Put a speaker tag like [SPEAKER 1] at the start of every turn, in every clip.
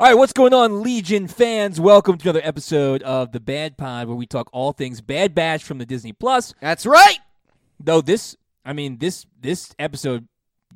[SPEAKER 1] All right, what's going on, Legion fans? Welcome to another episode of the Bad Pod, where we talk all things Bad Batch from the Disney Plus.
[SPEAKER 2] That's right.
[SPEAKER 1] Though this, I mean this this episode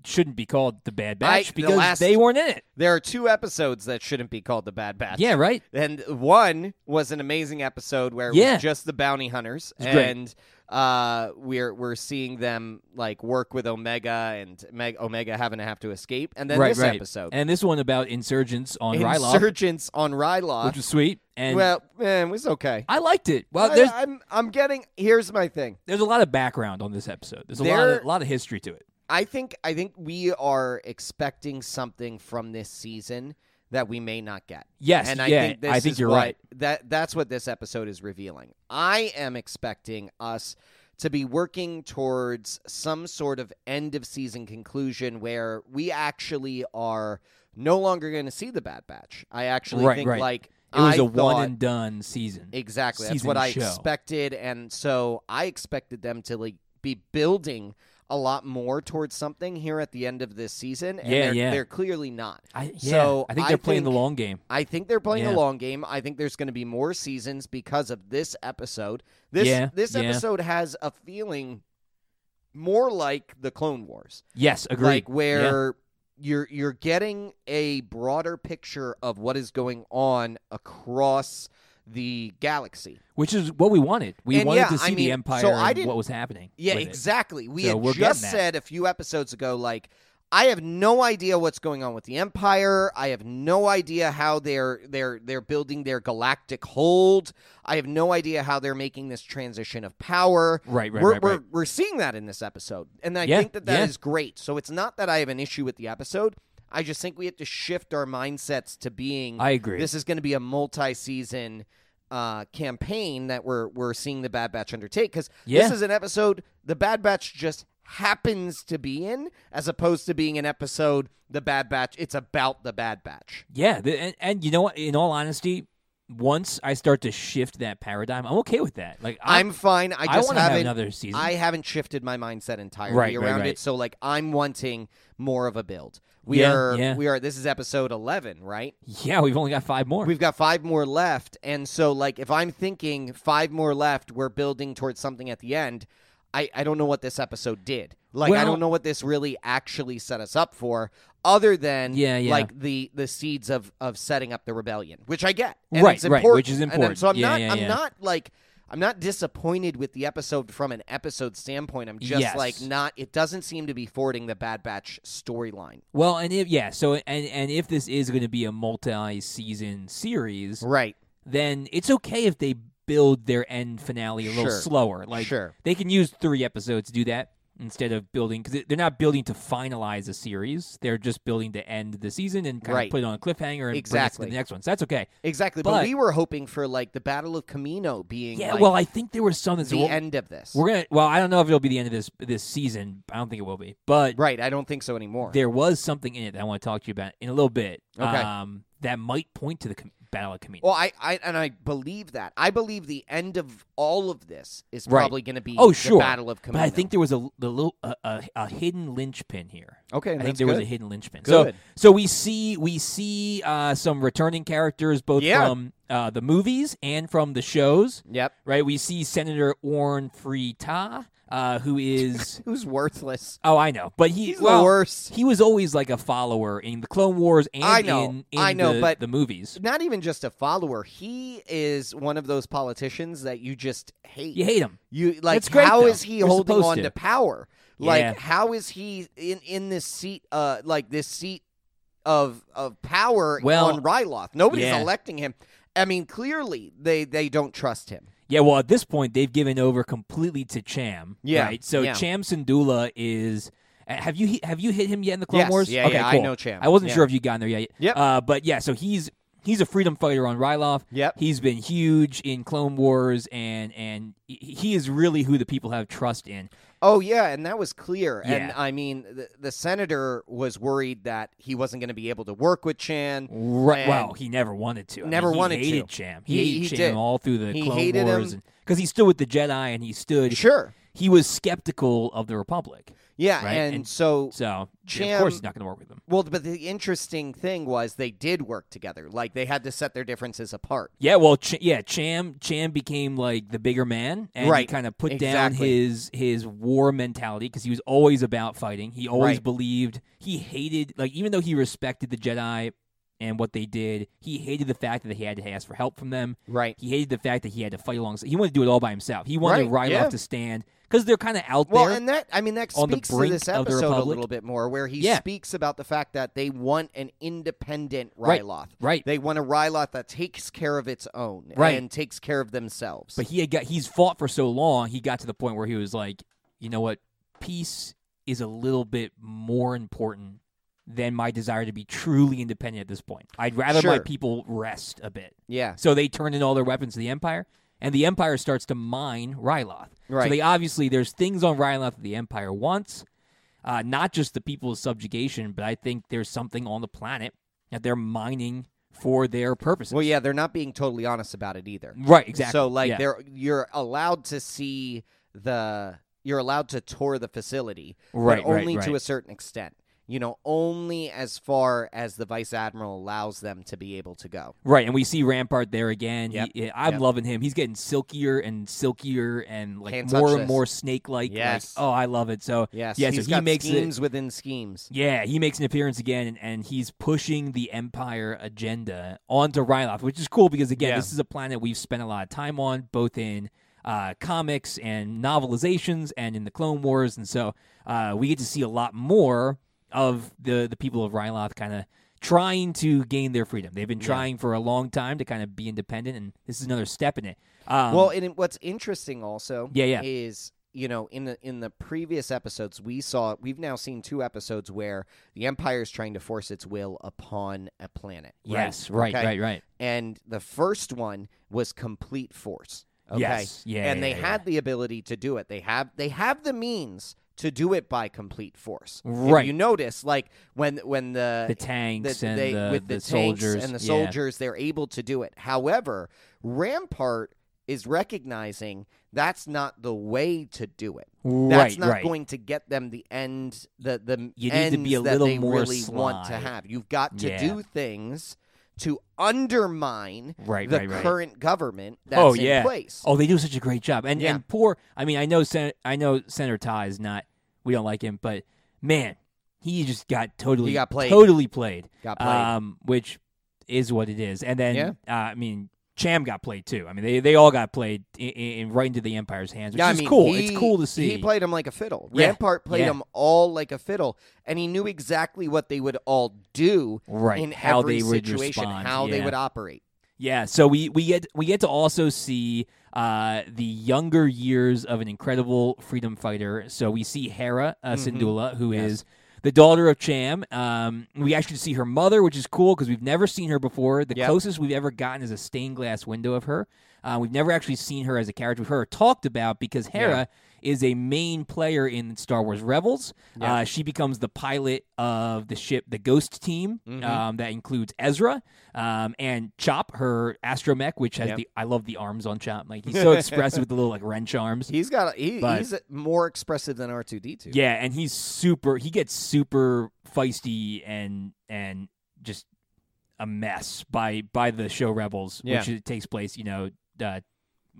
[SPEAKER 1] shouldn't be called the Bad Batch
[SPEAKER 2] I- the
[SPEAKER 1] because
[SPEAKER 2] last-
[SPEAKER 1] they weren't in it.
[SPEAKER 2] There are two episodes that shouldn't be called the Bad Batch.
[SPEAKER 1] Yeah, right.
[SPEAKER 2] And one was an amazing episode where it
[SPEAKER 1] Yeah.
[SPEAKER 2] was just the bounty hunters,
[SPEAKER 1] was great.
[SPEAKER 2] and uh, we're we're seeing them like work with Omega and Meg- Omega having to have to escape, and then
[SPEAKER 1] right,
[SPEAKER 2] this
[SPEAKER 1] right.
[SPEAKER 2] episode,
[SPEAKER 1] and this one about insurgents on Ryloth,
[SPEAKER 2] insurgents on Ryloth,
[SPEAKER 1] which was sweet. And
[SPEAKER 2] well, man, it was okay.
[SPEAKER 1] I liked it. Well,
[SPEAKER 2] I,
[SPEAKER 1] there's
[SPEAKER 2] I'm I'm getting here's my thing.
[SPEAKER 1] there's a lot of background on this episode. There's a lot
[SPEAKER 2] There-
[SPEAKER 1] of, lot of history to it.
[SPEAKER 2] I think I think we are expecting something from this season that we may not get.
[SPEAKER 1] Yes,
[SPEAKER 2] and
[SPEAKER 1] yeah,
[SPEAKER 2] I think this
[SPEAKER 1] I think
[SPEAKER 2] is
[SPEAKER 1] you're
[SPEAKER 2] what-
[SPEAKER 1] right.
[SPEAKER 2] That that's what this episode is revealing. I am expecting us to be working towards some sort of end of season conclusion where we actually are no longer going to see the Bad Batch. I actually
[SPEAKER 1] Right,
[SPEAKER 2] think
[SPEAKER 1] right.
[SPEAKER 2] like
[SPEAKER 1] It was
[SPEAKER 2] I
[SPEAKER 1] a one
[SPEAKER 2] thought-
[SPEAKER 1] and done season.
[SPEAKER 2] Exactly. That's
[SPEAKER 1] season
[SPEAKER 2] what I
[SPEAKER 1] show.
[SPEAKER 2] expected. And so I expected them to like be building a lot more towards something here at the end of this season. And
[SPEAKER 1] Yeah,
[SPEAKER 2] they're,
[SPEAKER 1] yeah.
[SPEAKER 2] they're clearly not.
[SPEAKER 1] I, yeah,
[SPEAKER 2] So
[SPEAKER 1] I think
[SPEAKER 2] I
[SPEAKER 1] they're playing the
[SPEAKER 2] think-
[SPEAKER 1] long game.
[SPEAKER 2] I think they're playing
[SPEAKER 1] Yeah.
[SPEAKER 2] the long game. I think there's going to be more seasons because of this episode. This
[SPEAKER 1] Yeah,
[SPEAKER 2] this
[SPEAKER 1] yeah.
[SPEAKER 2] episode has a feeling more like the Clone Wars
[SPEAKER 1] Yes, agreed.
[SPEAKER 2] like where you're you're getting a broader picture of what is going on across the galaxy.
[SPEAKER 1] which is what we wanted. We
[SPEAKER 2] And
[SPEAKER 1] wanted
[SPEAKER 2] yeah,
[SPEAKER 1] to
[SPEAKER 2] I
[SPEAKER 1] see the
[SPEAKER 2] mean,
[SPEAKER 1] empire
[SPEAKER 2] so I
[SPEAKER 1] and
[SPEAKER 2] didn't-
[SPEAKER 1] what was happening.
[SPEAKER 2] Yeah,
[SPEAKER 1] with it.
[SPEAKER 2] exactly. We
[SPEAKER 1] So
[SPEAKER 2] had
[SPEAKER 1] we're getting
[SPEAKER 2] just
[SPEAKER 1] that.
[SPEAKER 2] said a few episodes ago, like, I have no idea what's going on with the Empire. I have no idea how they're they're they're building their galactic hold. I have no idea how they're making this transition of power.
[SPEAKER 1] Right, right,
[SPEAKER 2] we're,
[SPEAKER 1] right,
[SPEAKER 2] we're,
[SPEAKER 1] right.
[SPEAKER 2] we're seeing that in this episode, and I
[SPEAKER 1] Yeah,
[SPEAKER 2] think that that is
[SPEAKER 1] yeah.
[SPEAKER 2] great. So it's not that I have an issue with the episode. I just think we have to shift our mindsets to being.
[SPEAKER 1] I agree.
[SPEAKER 2] This is going to be a multi-season uh, campaign that we're we're seeing the Bad Batch undertake because
[SPEAKER 1] Yeah.
[SPEAKER 2] this is an episode the Bad Batch just happens to be in, as opposed to being an episode the Bad Batch. It's about the Bad Batch.
[SPEAKER 1] yeah, the, and, and you know what? In all honesty, once I start to shift that paradigm, I'm okay with that. Like
[SPEAKER 2] I'm,
[SPEAKER 1] I'm,
[SPEAKER 2] fine. I
[SPEAKER 1] I
[SPEAKER 2] just
[SPEAKER 1] wanna have
[SPEAKER 2] haven't
[SPEAKER 1] another season.
[SPEAKER 2] I haven't shifted my mindset entirely
[SPEAKER 1] Right, right,
[SPEAKER 2] around
[SPEAKER 1] right.
[SPEAKER 2] it. So like I'm wanting more of a build. We
[SPEAKER 1] Yeah,
[SPEAKER 2] are
[SPEAKER 1] yeah.
[SPEAKER 2] we are this is episode eleven, right?
[SPEAKER 1] yeah, we've only got five more.
[SPEAKER 2] We've got five more left. And so, like, if I'm thinking five more left, we're building towards something at the end. I, I don't know what this episode did. Like, I
[SPEAKER 1] Well-
[SPEAKER 2] don't know what this really actually set us up for, other than
[SPEAKER 1] Yeah, yeah.
[SPEAKER 2] like the the seeds of of setting up the rebellion, which I get. And
[SPEAKER 1] Right,
[SPEAKER 2] it's
[SPEAKER 1] right,
[SPEAKER 2] important.
[SPEAKER 1] which is
[SPEAKER 2] And I'm-
[SPEAKER 1] important.
[SPEAKER 2] so I'm
[SPEAKER 1] Yeah,
[SPEAKER 2] not
[SPEAKER 1] yeah,
[SPEAKER 2] I'm
[SPEAKER 1] yeah.
[SPEAKER 2] not like I'm not disappointed with the episode from an episode standpoint. I'm just
[SPEAKER 1] Yes.
[SPEAKER 2] like not. It doesn't seem to be forwarding the Bad Batch storyline.
[SPEAKER 1] well, and if, yeah, so and and if this is going to be a multi-season series,
[SPEAKER 2] Right.
[SPEAKER 1] then it's okay if they build their end finale a little
[SPEAKER 2] Sure.
[SPEAKER 1] slower. Like
[SPEAKER 2] Sure.
[SPEAKER 1] they can use three episodes to do that instead of building because they're not building to finalize a series. They're just building to end the season and kind
[SPEAKER 2] Right.
[SPEAKER 1] of put it on a cliffhanger and bring us to
[SPEAKER 2] Exactly.
[SPEAKER 1] the next one. So that's okay.
[SPEAKER 2] Exactly. But,
[SPEAKER 1] But-
[SPEAKER 2] we were hoping for like the Battle of Camino being
[SPEAKER 1] Yeah,
[SPEAKER 2] like,
[SPEAKER 1] well, I think there was some that's
[SPEAKER 2] the
[SPEAKER 1] we're,
[SPEAKER 2] end of this.
[SPEAKER 1] we're gonna. Well, I don't know if it'll be the end of this this season. I don't think it will be, but
[SPEAKER 2] right. I don't think so anymore.
[SPEAKER 1] there was something in it that I want to talk to you about in a little bit.
[SPEAKER 2] Okay. Oh,
[SPEAKER 1] um, that might point to the com- Battle of Camino.
[SPEAKER 2] well, I, I and I believe that. I believe the end of all of this is
[SPEAKER 1] Right.
[SPEAKER 2] probably going to be
[SPEAKER 1] oh,
[SPEAKER 2] the
[SPEAKER 1] sure,
[SPEAKER 2] Battle of Camino.
[SPEAKER 1] But I think there was a the little a, a, a hidden linchpin here.
[SPEAKER 2] okay,
[SPEAKER 1] I think
[SPEAKER 2] that's
[SPEAKER 1] there was a
[SPEAKER 2] good.
[SPEAKER 1] hidden linchpin. So
[SPEAKER 2] Good.
[SPEAKER 1] so we see we see uh, some returning characters both
[SPEAKER 2] Yeah.
[SPEAKER 1] from uh, the movies and from the shows.
[SPEAKER 2] Yep.
[SPEAKER 1] Right, we see Senator Orn Frita, uh, who is
[SPEAKER 2] Who's worthless?
[SPEAKER 1] oh I know, but he
[SPEAKER 2] He's
[SPEAKER 1] well,
[SPEAKER 2] the worst.
[SPEAKER 1] He was always like a follower in the Clone Wars and
[SPEAKER 2] I know,
[SPEAKER 1] in, in
[SPEAKER 2] I know,
[SPEAKER 1] the,
[SPEAKER 2] but-
[SPEAKER 1] the movies.
[SPEAKER 2] Not even just a follower. He is one of those politicians that you just hate.
[SPEAKER 1] You hate him.
[SPEAKER 2] You like
[SPEAKER 1] It's great,
[SPEAKER 2] how
[SPEAKER 1] though.
[SPEAKER 2] is he
[SPEAKER 1] You're
[SPEAKER 2] holding
[SPEAKER 1] supposed
[SPEAKER 2] on
[SPEAKER 1] to.
[SPEAKER 2] to, power? Like
[SPEAKER 1] Yeah.
[SPEAKER 2] how is he in in this seat uh like this seat of of power
[SPEAKER 1] Well,
[SPEAKER 2] on Ryloth? Nobody's
[SPEAKER 1] yeah.
[SPEAKER 2] electing him. I mean, clearly they they don't trust him.
[SPEAKER 1] Yeah, well, at this point, they've given over completely to Cham.
[SPEAKER 2] Yeah,
[SPEAKER 1] Right? So
[SPEAKER 2] yeah.
[SPEAKER 1] Cham Syndulla is. uh, Have you hit- have you hit him yet in the Clone
[SPEAKER 2] Yes,
[SPEAKER 1] Wars?
[SPEAKER 2] yeah,
[SPEAKER 1] okay,
[SPEAKER 2] yeah, I
[SPEAKER 1] cool.
[SPEAKER 2] know Cham,
[SPEAKER 1] I wasn't
[SPEAKER 2] yeah.
[SPEAKER 1] sure if you got in there yet.
[SPEAKER 2] Yep.
[SPEAKER 1] Uh, but yeah, so he's he's a freedom fighter on Ryloth.
[SPEAKER 2] Yep.
[SPEAKER 1] He's been huge in Clone Wars, and and he- he is really who the people have trust in.
[SPEAKER 2] Oh yeah, and that was clear. And
[SPEAKER 1] Yeah.
[SPEAKER 2] I mean, the, the senator was worried that he wasn't going to be able to work with Chan.
[SPEAKER 1] Right.
[SPEAKER 2] And-
[SPEAKER 1] Well, he never wanted to. I mean,
[SPEAKER 2] Never
[SPEAKER 1] he
[SPEAKER 2] wanted
[SPEAKER 1] hated
[SPEAKER 2] to.
[SPEAKER 1] Cham.
[SPEAKER 2] He-
[SPEAKER 1] He,
[SPEAKER 2] he
[SPEAKER 1] hated Cham
[SPEAKER 2] did.
[SPEAKER 1] all through the
[SPEAKER 2] He
[SPEAKER 1] Clone
[SPEAKER 2] hated
[SPEAKER 1] Wars,
[SPEAKER 2] him.
[SPEAKER 1] because he stood with the Jedi and he stood
[SPEAKER 2] Sure.
[SPEAKER 1] he was skeptical of the Republic.
[SPEAKER 2] Yeah,
[SPEAKER 1] Right,
[SPEAKER 2] and,
[SPEAKER 1] and
[SPEAKER 2] so
[SPEAKER 1] So yeah,
[SPEAKER 2] Jam-
[SPEAKER 1] of course he's not going to work with them.
[SPEAKER 2] well, but the interesting thing was they did work together. Like they had to set their differences apart.
[SPEAKER 1] Yeah, well, Ch- yeah, Cham Cham became like the bigger man, and he
[SPEAKER 2] Right.
[SPEAKER 1] kind of put down
[SPEAKER 2] Exactly.
[SPEAKER 1] his his war mentality because he was always about fighting. He always
[SPEAKER 2] Right.
[SPEAKER 1] believed he hated like even though he respected the Jedi and what they did, he hated the fact that he had to ask for help from them.
[SPEAKER 2] Right.
[SPEAKER 1] He hated the fact that he had to fight alongside. He wanted to do it all by himself. He wanted to
[SPEAKER 2] Right,
[SPEAKER 1] ride
[SPEAKER 2] yeah.
[SPEAKER 1] off to stand because they're kind of out
[SPEAKER 2] Well,
[SPEAKER 1] there.
[SPEAKER 2] and that I mean that
[SPEAKER 1] on the
[SPEAKER 2] speaks to
[SPEAKER 1] brink
[SPEAKER 2] this
[SPEAKER 1] of the
[SPEAKER 2] episode a
[SPEAKER 1] Republic.
[SPEAKER 2] little bit more, where he
[SPEAKER 1] Yeah.
[SPEAKER 2] speaks about the fact that they want an independent
[SPEAKER 1] Right,
[SPEAKER 2] Ryloth.
[SPEAKER 1] right.
[SPEAKER 2] They want a Ryloth that takes care of its own
[SPEAKER 1] Right.
[SPEAKER 2] and takes care of themselves.
[SPEAKER 1] But he had got he's fought for so long, he got to the point where he was like, you know what, peace is a little bit more important than my desire to be truly independent at this point. I'd rather my
[SPEAKER 2] Sure.
[SPEAKER 1] people rest a bit.
[SPEAKER 2] yeah,
[SPEAKER 1] So they turned in all their weapons to the Empire, and the Empire starts to mine Ryloth. So
[SPEAKER 2] Right.
[SPEAKER 1] they obviously there's things on Ryloth that the Empire wants, uh, not just the people's subjugation, but I think there's something on the planet that they're mining for their purposes.
[SPEAKER 2] well, yeah, they're not being totally honest about it either.
[SPEAKER 1] Right, exactly.
[SPEAKER 2] So like
[SPEAKER 1] Yeah.
[SPEAKER 2] they're you're allowed to see the you're allowed to tour the facility,
[SPEAKER 1] Right,
[SPEAKER 2] but
[SPEAKER 1] right,
[SPEAKER 2] only to
[SPEAKER 1] right.
[SPEAKER 2] a certain extent. You know, only as far as the vice admiral allows them to be able to go.
[SPEAKER 1] Right, and we see Rampart there again.
[SPEAKER 2] Yep,
[SPEAKER 1] He- I'm
[SPEAKER 2] yep.
[SPEAKER 1] loving him. He's getting silkier and silkier and like
[SPEAKER 2] Can't touch
[SPEAKER 1] more and
[SPEAKER 2] this.
[SPEAKER 1] more snake-like.
[SPEAKER 2] Yes.
[SPEAKER 1] Like, oh, I love it. So
[SPEAKER 2] Yes,
[SPEAKER 1] yeah, so
[SPEAKER 2] he's
[SPEAKER 1] he
[SPEAKER 2] got
[SPEAKER 1] makes
[SPEAKER 2] schemes
[SPEAKER 1] it.
[SPEAKER 2] within schemes.
[SPEAKER 1] Yeah, he makes an appearance again, and, and he's pushing the Empire agenda onto Ryloth, which is cool because again,
[SPEAKER 2] Yeah.
[SPEAKER 1] this is a planet we've spent a lot of time on, both in uh, comics and novelizations, and in the Clone Wars, and so uh, we get to see a lot more of the the people of Ryloth kind of trying to gain their freedom. They've been trying for a long time to kind of be independent, and this is another step in it. Um,
[SPEAKER 2] well, and it- what's interesting also,
[SPEAKER 1] Yeah, yeah.
[SPEAKER 2] is you know in the in the previous episodes we saw we've now seen two episodes where the empire is trying to force its will upon a planet. right?
[SPEAKER 1] yes, right,
[SPEAKER 2] Okay?
[SPEAKER 1] right, right.
[SPEAKER 2] And the first one was complete force. Okay.
[SPEAKER 1] Yes, yeah,
[SPEAKER 2] and they
[SPEAKER 1] yeah, yeah.
[SPEAKER 2] had the ability to do it. They have they have the means to do it by complete force. If
[SPEAKER 1] Right.
[SPEAKER 2] you notice, like when when the
[SPEAKER 1] The tanks
[SPEAKER 2] that
[SPEAKER 1] and
[SPEAKER 2] they-
[SPEAKER 1] the,
[SPEAKER 2] with the,
[SPEAKER 1] the
[SPEAKER 2] tanks
[SPEAKER 1] soldiers
[SPEAKER 2] and the
[SPEAKER 1] Yeah.
[SPEAKER 2] soldiers they're able to do it however rampart is recognizing that's not the way to do it that's
[SPEAKER 1] right,
[SPEAKER 2] not
[SPEAKER 1] right.
[SPEAKER 2] going to get them the end the the
[SPEAKER 1] You need
[SPEAKER 2] ends
[SPEAKER 1] to be a
[SPEAKER 2] that
[SPEAKER 1] little
[SPEAKER 2] they
[SPEAKER 1] more
[SPEAKER 2] really want to
[SPEAKER 1] sly.
[SPEAKER 2] have you've got to
[SPEAKER 1] Yeah.
[SPEAKER 2] do things to undermine
[SPEAKER 1] Right,
[SPEAKER 2] the
[SPEAKER 1] right, right.
[SPEAKER 2] current government that's
[SPEAKER 1] Oh,
[SPEAKER 2] in
[SPEAKER 1] yeah.
[SPEAKER 2] place
[SPEAKER 1] Oh, they do such a great job. And
[SPEAKER 2] Yeah.
[SPEAKER 1] and poor. I mean, I know Sen- I know Senator Ty is not. We don't like him, but man, he just got totally
[SPEAKER 2] He got played.
[SPEAKER 1] Totally played.
[SPEAKER 2] got played.
[SPEAKER 1] Um, which is what it is. And then
[SPEAKER 2] Yeah.
[SPEAKER 1] uh, I mean, Cham got played too. I mean, they they all got played in, in, right into the Empire's hands, which
[SPEAKER 2] Yeah, I
[SPEAKER 1] is
[SPEAKER 2] mean,
[SPEAKER 1] cool.
[SPEAKER 2] he-
[SPEAKER 1] it's cool to see.
[SPEAKER 2] He played him like a fiddle.
[SPEAKER 1] Yeah,
[SPEAKER 2] Rampart played
[SPEAKER 1] yeah.
[SPEAKER 2] them all like a fiddle, and he knew exactly what they would all do
[SPEAKER 1] right
[SPEAKER 2] in
[SPEAKER 1] how
[SPEAKER 2] every
[SPEAKER 1] they would
[SPEAKER 2] situation,
[SPEAKER 1] respond,
[SPEAKER 2] how they
[SPEAKER 1] yeah.
[SPEAKER 2] would operate.
[SPEAKER 1] Yeah, so we, we get we get to also see uh, the younger years of an incredible freedom fighter. So we see Hera uh,
[SPEAKER 2] Mhm.
[SPEAKER 1] Syndulla, who is
[SPEAKER 2] Yes.
[SPEAKER 1] the daughter of Cham. Um, we actually see her mother, which is cool because we've never seen her before. The
[SPEAKER 2] Yep.
[SPEAKER 1] closest we've ever gotten is a stained glass window of her. Uh, we've never actually seen her as a character. We've heard her talked about because Hera is a main player in Star Wars Rebels.
[SPEAKER 2] Yeah.
[SPEAKER 1] Uh, she becomes the pilot of the ship, the Ghost Team,
[SPEAKER 2] Mhm.
[SPEAKER 1] um, that includes Ezra um, and Chop, her astromech, which has
[SPEAKER 2] Yep.
[SPEAKER 1] the I love the arms on Chop. Like he's so expressive with the little like wrench arms.
[SPEAKER 2] He's got he,
[SPEAKER 1] But-
[SPEAKER 2] he's more expressive than R two D two.
[SPEAKER 1] Yeah, and he's super. He gets super feisty and and just a mess by by the show Rebels,
[SPEAKER 2] Yeah.
[SPEAKER 1] which it takes place, you know, uh,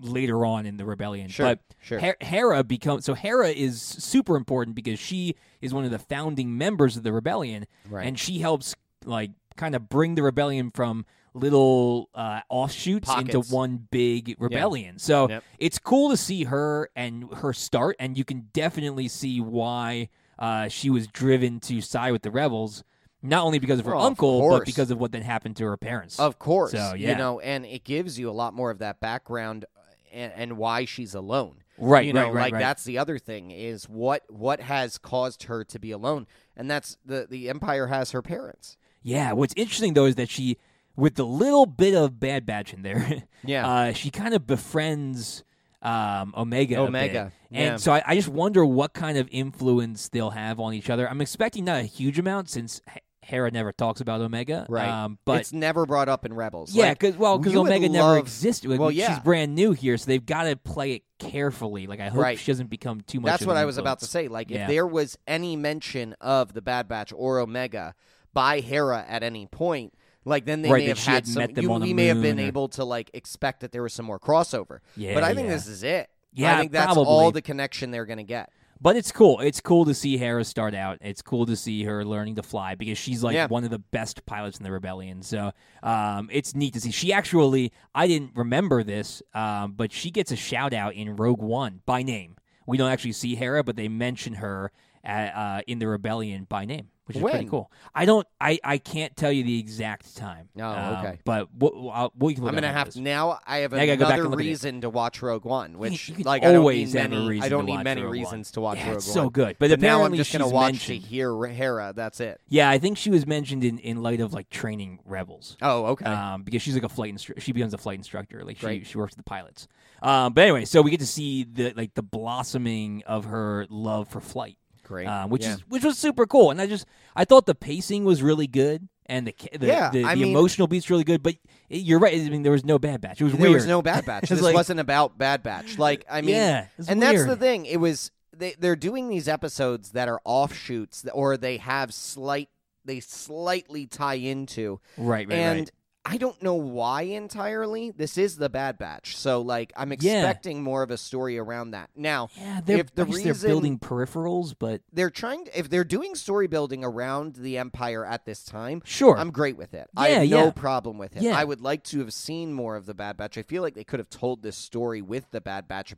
[SPEAKER 1] later on in the rebellion.
[SPEAKER 2] sure,
[SPEAKER 1] But
[SPEAKER 2] sure.
[SPEAKER 1] Her- Hera becomes so Hera is super important because she is one of the founding members of the rebellion,
[SPEAKER 2] right.
[SPEAKER 1] and she helps like kind of bring the rebellion from little uh, offshoots
[SPEAKER 2] Pockets.
[SPEAKER 1] into one big rebellion. So
[SPEAKER 2] Yep.
[SPEAKER 1] it's cool to see her and her start, and you can definitely see why uh, she was driven to side with the rebels, not only because of her
[SPEAKER 2] Well, Oh, of
[SPEAKER 1] uncle, but
[SPEAKER 2] course.
[SPEAKER 1] because of what then happened to her parents.
[SPEAKER 2] of course,
[SPEAKER 1] So,
[SPEAKER 2] you
[SPEAKER 1] yeah.
[SPEAKER 2] know, and it gives you a lot more of that background uh, and, and why she's alone.
[SPEAKER 1] right, right,
[SPEAKER 2] you know,
[SPEAKER 1] right,
[SPEAKER 2] like
[SPEAKER 1] right.
[SPEAKER 2] that's the other thing is what what has caused her to be alone, and that's the the empire has her parents.
[SPEAKER 1] Yeah, what's interesting though is that she, with the little bit of Bad Batch in there,
[SPEAKER 2] Yeah.
[SPEAKER 1] uh, she kind of befriends um, Omega. a bit.
[SPEAKER 2] Omega,
[SPEAKER 1] and
[SPEAKER 2] yeah.
[SPEAKER 1] so I, I just wonder what kind of influence they'll have on each other. I'm expecting not a huge amount since Hera never talks about Omega,
[SPEAKER 2] Right.
[SPEAKER 1] Um, but
[SPEAKER 2] it's never brought up in Rebels.
[SPEAKER 1] yeah,
[SPEAKER 2] Like,
[SPEAKER 1] because well, because
[SPEAKER 2] you would
[SPEAKER 1] Omega never
[SPEAKER 2] love-
[SPEAKER 1] existed. Like,
[SPEAKER 2] well,
[SPEAKER 1] she's
[SPEAKER 2] yeah.
[SPEAKER 1] brand new here, so they've got to play it carefully. Like I hope
[SPEAKER 2] Right.
[SPEAKER 1] she doesn't become too much.
[SPEAKER 2] that's
[SPEAKER 1] of
[SPEAKER 2] what
[SPEAKER 1] an
[SPEAKER 2] I was about to
[SPEAKER 1] influence.
[SPEAKER 2] say. Like,
[SPEAKER 1] Yeah.
[SPEAKER 2] if there was any mention of the Bad Batch or Omega by Hera at any point, like then they
[SPEAKER 1] Right,
[SPEAKER 2] may
[SPEAKER 1] that
[SPEAKER 2] have
[SPEAKER 1] she
[SPEAKER 2] had
[SPEAKER 1] had
[SPEAKER 2] some.
[SPEAKER 1] met them
[SPEAKER 2] you,
[SPEAKER 1] on the
[SPEAKER 2] we may have been
[SPEAKER 1] moon or-
[SPEAKER 2] able to like expect that there was some more crossover.
[SPEAKER 1] Yeah,
[SPEAKER 2] but I think
[SPEAKER 1] yeah.
[SPEAKER 2] this is it.
[SPEAKER 1] Yeah,
[SPEAKER 2] I think that's
[SPEAKER 1] probably.
[SPEAKER 2] all the connection they're going to get.
[SPEAKER 1] But it's cool. It's cool to see Hera start out. It's cool to see her learning to fly because she's like
[SPEAKER 2] Yeah.
[SPEAKER 1] one of the best pilots in the rebellion. So um, it's neat to see. She actually, I didn't remember this, um, but she gets a shout out in Rogue One by name. We don't actually see Hera, but they mention her at, uh, in the rebellion by name, which is pretty
[SPEAKER 2] When?
[SPEAKER 1] cool. I don't, I, I can't tell you the exact time.
[SPEAKER 2] Oh,
[SPEAKER 1] Um,
[SPEAKER 2] okay.
[SPEAKER 1] But we'll, I'll, we can look
[SPEAKER 2] I'm
[SPEAKER 1] it
[SPEAKER 2] gonna
[SPEAKER 1] up
[SPEAKER 2] have
[SPEAKER 1] afterwards.
[SPEAKER 2] now. I have
[SPEAKER 1] Now I gotta go back
[SPEAKER 2] another
[SPEAKER 1] and look at it.
[SPEAKER 2] reason to watch Rogue One, which
[SPEAKER 1] you could
[SPEAKER 2] like I don't
[SPEAKER 1] always
[SPEAKER 2] need
[SPEAKER 1] have a
[SPEAKER 2] many.
[SPEAKER 1] reason
[SPEAKER 2] I
[SPEAKER 1] to
[SPEAKER 2] don't
[SPEAKER 1] watch
[SPEAKER 2] need many
[SPEAKER 1] Rogue
[SPEAKER 2] reasons
[SPEAKER 1] One.
[SPEAKER 2] to watch
[SPEAKER 1] Yeah,
[SPEAKER 2] Rogue
[SPEAKER 1] it's
[SPEAKER 2] One.
[SPEAKER 1] so good. But
[SPEAKER 2] But now I'm
[SPEAKER 1] apparently
[SPEAKER 2] just gonna
[SPEAKER 1] she's
[SPEAKER 2] watch
[SPEAKER 1] mentioned.
[SPEAKER 2] to hear Hera. That's it.
[SPEAKER 1] Yeah, I think she was mentioned in, in light of like training rebels.
[SPEAKER 2] Oh, okay.
[SPEAKER 1] Um, because she's like a flight instru- she becomes a flight instructor. Like she,
[SPEAKER 2] Great.
[SPEAKER 1] she works with the pilots. Um, but anyway, so we get to see the like the blossoming of her love for flight,
[SPEAKER 2] Great.
[SPEAKER 1] um, which
[SPEAKER 2] Yeah.
[SPEAKER 1] is which was super cool. And I just I thought the pacing was really good and the ca- the,
[SPEAKER 2] Yeah,
[SPEAKER 1] the,
[SPEAKER 2] I
[SPEAKER 1] the
[SPEAKER 2] mean-
[SPEAKER 1] emotional beats really good. But it- you're right. I mean, there was no bad batch. It was
[SPEAKER 2] There
[SPEAKER 1] weird.
[SPEAKER 2] was no Bad Batch.
[SPEAKER 1] It's
[SPEAKER 2] this
[SPEAKER 1] like-
[SPEAKER 2] wasn't about Bad Batch. Like I mean,
[SPEAKER 1] yeah, it was
[SPEAKER 2] and that's the
[SPEAKER 1] weird.
[SPEAKER 2] thing. It was they they're doing these episodes that are offshoots th- or they have slight they slightly tie into
[SPEAKER 1] right, right,
[SPEAKER 2] and.
[SPEAKER 1] right.
[SPEAKER 2] I don't know why entirely. This is the Bad Batch, so like I'm
[SPEAKER 1] Yeah.
[SPEAKER 2] expecting more of a story around that. Now,
[SPEAKER 1] Yeah, they're,
[SPEAKER 2] if the
[SPEAKER 1] I guess
[SPEAKER 2] reason-
[SPEAKER 1] they're building peripherals, but
[SPEAKER 2] they're trying to, if they're doing story building around the empire at this time
[SPEAKER 1] sure,
[SPEAKER 2] i'm great with it i
[SPEAKER 1] Yeah,
[SPEAKER 2] have no
[SPEAKER 1] yeah.
[SPEAKER 2] problem with it
[SPEAKER 1] Yeah.
[SPEAKER 2] i would like to have seen more of the bad batch i feel like they could have told this story with the bad batch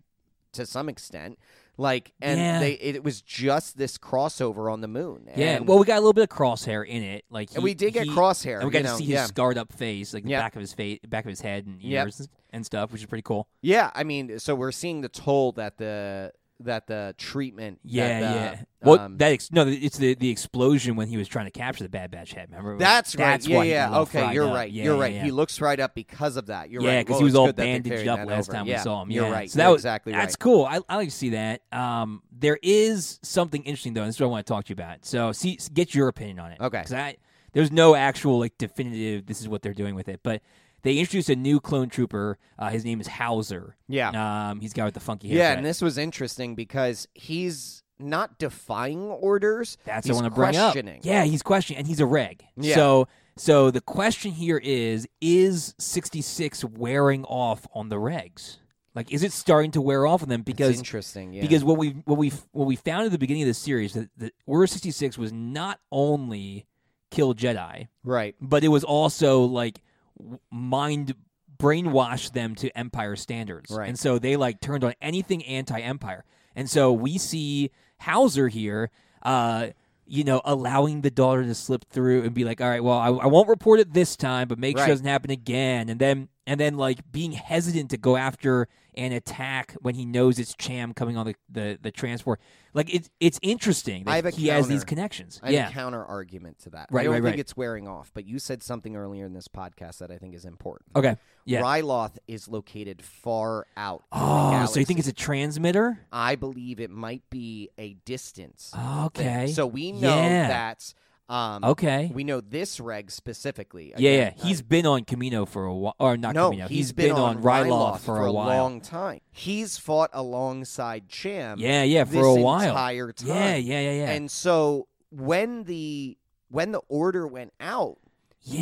[SPEAKER 2] to some extent like and
[SPEAKER 1] Yeah.
[SPEAKER 2] they it was just this crossover on the moon
[SPEAKER 1] yeah.
[SPEAKER 2] and,
[SPEAKER 1] Well, we got a little bit of crosshair in it. Like
[SPEAKER 2] and
[SPEAKER 1] he-
[SPEAKER 2] we did get
[SPEAKER 1] he-
[SPEAKER 2] crosshair
[SPEAKER 1] And we got
[SPEAKER 2] you
[SPEAKER 1] to
[SPEAKER 2] know,
[SPEAKER 1] see his
[SPEAKER 2] yeah
[SPEAKER 1] scarred up face, like the
[SPEAKER 2] Yeah.
[SPEAKER 1] back of his face, back of his head and
[SPEAKER 2] Yep.
[SPEAKER 1] ears and stuff, which is pretty cool.
[SPEAKER 2] yeah i mean so we're seeing the toll that the that the treatment that
[SPEAKER 1] Yeah,
[SPEAKER 2] the-
[SPEAKER 1] yeah. Well,
[SPEAKER 2] um,
[SPEAKER 1] that ex- no, it's the the explosion when he was trying to capture the Bad Batch head. Remember?
[SPEAKER 2] That's right.
[SPEAKER 1] That's
[SPEAKER 2] yeah,
[SPEAKER 1] why he got
[SPEAKER 2] yeah.
[SPEAKER 1] all
[SPEAKER 2] Okay,
[SPEAKER 1] fried
[SPEAKER 2] you're
[SPEAKER 1] up.
[SPEAKER 2] right.
[SPEAKER 1] Yeah,
[SPEAKER 2] you're
[SPEAKER 1] yeah,
[SPEAKER 2] right.
[SPEAKER 1] yeah.
[SPEAKER 2] He looks right up because of that. You're
[SPEAKER 1] Yeah,
[SPEAKER 2] right.
[SPEAKER 1] 'cause
[SPEAKER 2] Whoa,
[SPEAKER 1] he was
[SPEAKER 2] it's
[SPEAKER 1] all
[SPEAKER 2] good that they
[SPEAKER 1] bandaged
[SPEAKER 2] carried
[SPEAKER 1] up
[SPEAKER 2] that
[SPEAKER 1] last
[SPEAKER 2] over.
[SPEAKER 1] time we
[SPEAKER 2] yeah,
[SPEAKER 1] saw him.
[SPEAKER 2] You're
[SPEAKER 1] Yeah.
[SPEAKER 2] right.
[SPEAKER 1] So that
[SPEAKER 2] you're
[SPEAKER 1] was-
[SPEAKER 2] exactly
[SPEAKER 1] That's
[SPEAKER 2] right.
[SPEAKER 1] cool. I, I like to see that. Um, there is something interesting though, and this is what I want to talk to you about. So, see, s- get your opinion on it.
[SPEAKER 2] Okay.
[SPEAKER 1] Because I there's no actual like definitive. This is what they're doing with it, but they introduced a new clone trooper. Uh, his name is Hauser.
[SPEAKER 2] Yeah.
[SPEAKER 1] Um, he's got with the funky hair.
[SPEAKER 2] yeah, and this was interesting because he's not defying orders.
[SPEAKER 1] That's
[SPEAKER 2] he's
[SPEAKER 1] what I want to bring up.
[SPEAKER 2] questioning.
[SPEAKER 1] Yeah, he's questioning, and he's a reg.
[SPEAKER 2] Yeah.
[SPEAKER 1] So, so the question here is: Is sixty six wearing off on the regs? Like, is it starting to wear off on them?
[SPEAKER 2] It's
[SPEAKER 1] Because
[SPEAKER 2] interesting. Yeah.
[SPEAKER 1] because what we what we what we found at the beginning of this series that, that Order sixty six was not only kill Jedi,
[SPEAKER 2] right.
[SPEAKER 1] but it was also like w- mind brainwashed them to empire standards
[SPEAKER 2] Right.
[SPEAKER 1] and so they like turned on anything anti-empire and so we see hauser here uh you know allowing the daughter to slip through and be like all right well i, I won't report it this time but make sure
[SPEAKER 2] Right.
[SPEAKER 1] it doesn't happen again and then and then like being hesitant to go after an attack when he knows it's cham coming on the the, the transport like it's it's interesting that
[SPEAKER 2] I have a
[SPEAKER 1] he has these
[SPEAKER 2] counter.
[SPEAKER 1] connections
[SPEAKER 2] I have
[SPEAKER 1] yeah
[SPEAKER 2] a counter argument to that.
[SPEAKER 1] Right,
[SPEAKER 2] I don't
[SPEAKER 1] right,
[SPEAKER 2] think
[SPEAKER 1] right.
[SPEAKER 2] it's wearing off, but you said something earlier in this podcast that I think is important.
[SPEAKER 1] okay Oh, yeah
[SPEAKER 2] Ryloth is located far out. in the
[SPEAKER 1] oh so you think it's
[SPEAKER 2] galaxy.
[SPEAKER 1] a transmitter
[SPEAKER 2] I believe it might be a distance. thing.
[SPEAKER 1] Okay.
[SPEAKER 2] So we know
[SPEAKER 1] Yeah.
[SPEAKER 2] that um
[SPEAKER 1] okay.
[SPEAKER 2] we know this reg specifically.
[SPEAKER 1] yeah, yeah.
[SPEAKER 2] Again,
[SPEAKER 1] He's
[SPEAKER 2] I-
[SPEAKER 1] been on Camino for a while, or not
[SPEAKER 2] no,
[SPEAKER 1] Camino.
[SPEAKER 2] he's
[SPEAKER 1] been, on Ryloth
[SPEAKER 2] for, a
[SPEAKER 1] while.
[SPEAKER 2] long time. He's fought alongside Cham
[SPEAKER 1] yeah, yeah, for
[SPEAKER 2] this
[SPEAKER 1] a while.
[SPEAKER 2] entire time.
[SPEAKER 1] Yeah, yeah, yeah, yeah.
[SPEAKER 2] And so when the when the order went out,
[SPEAKER 1] yeah.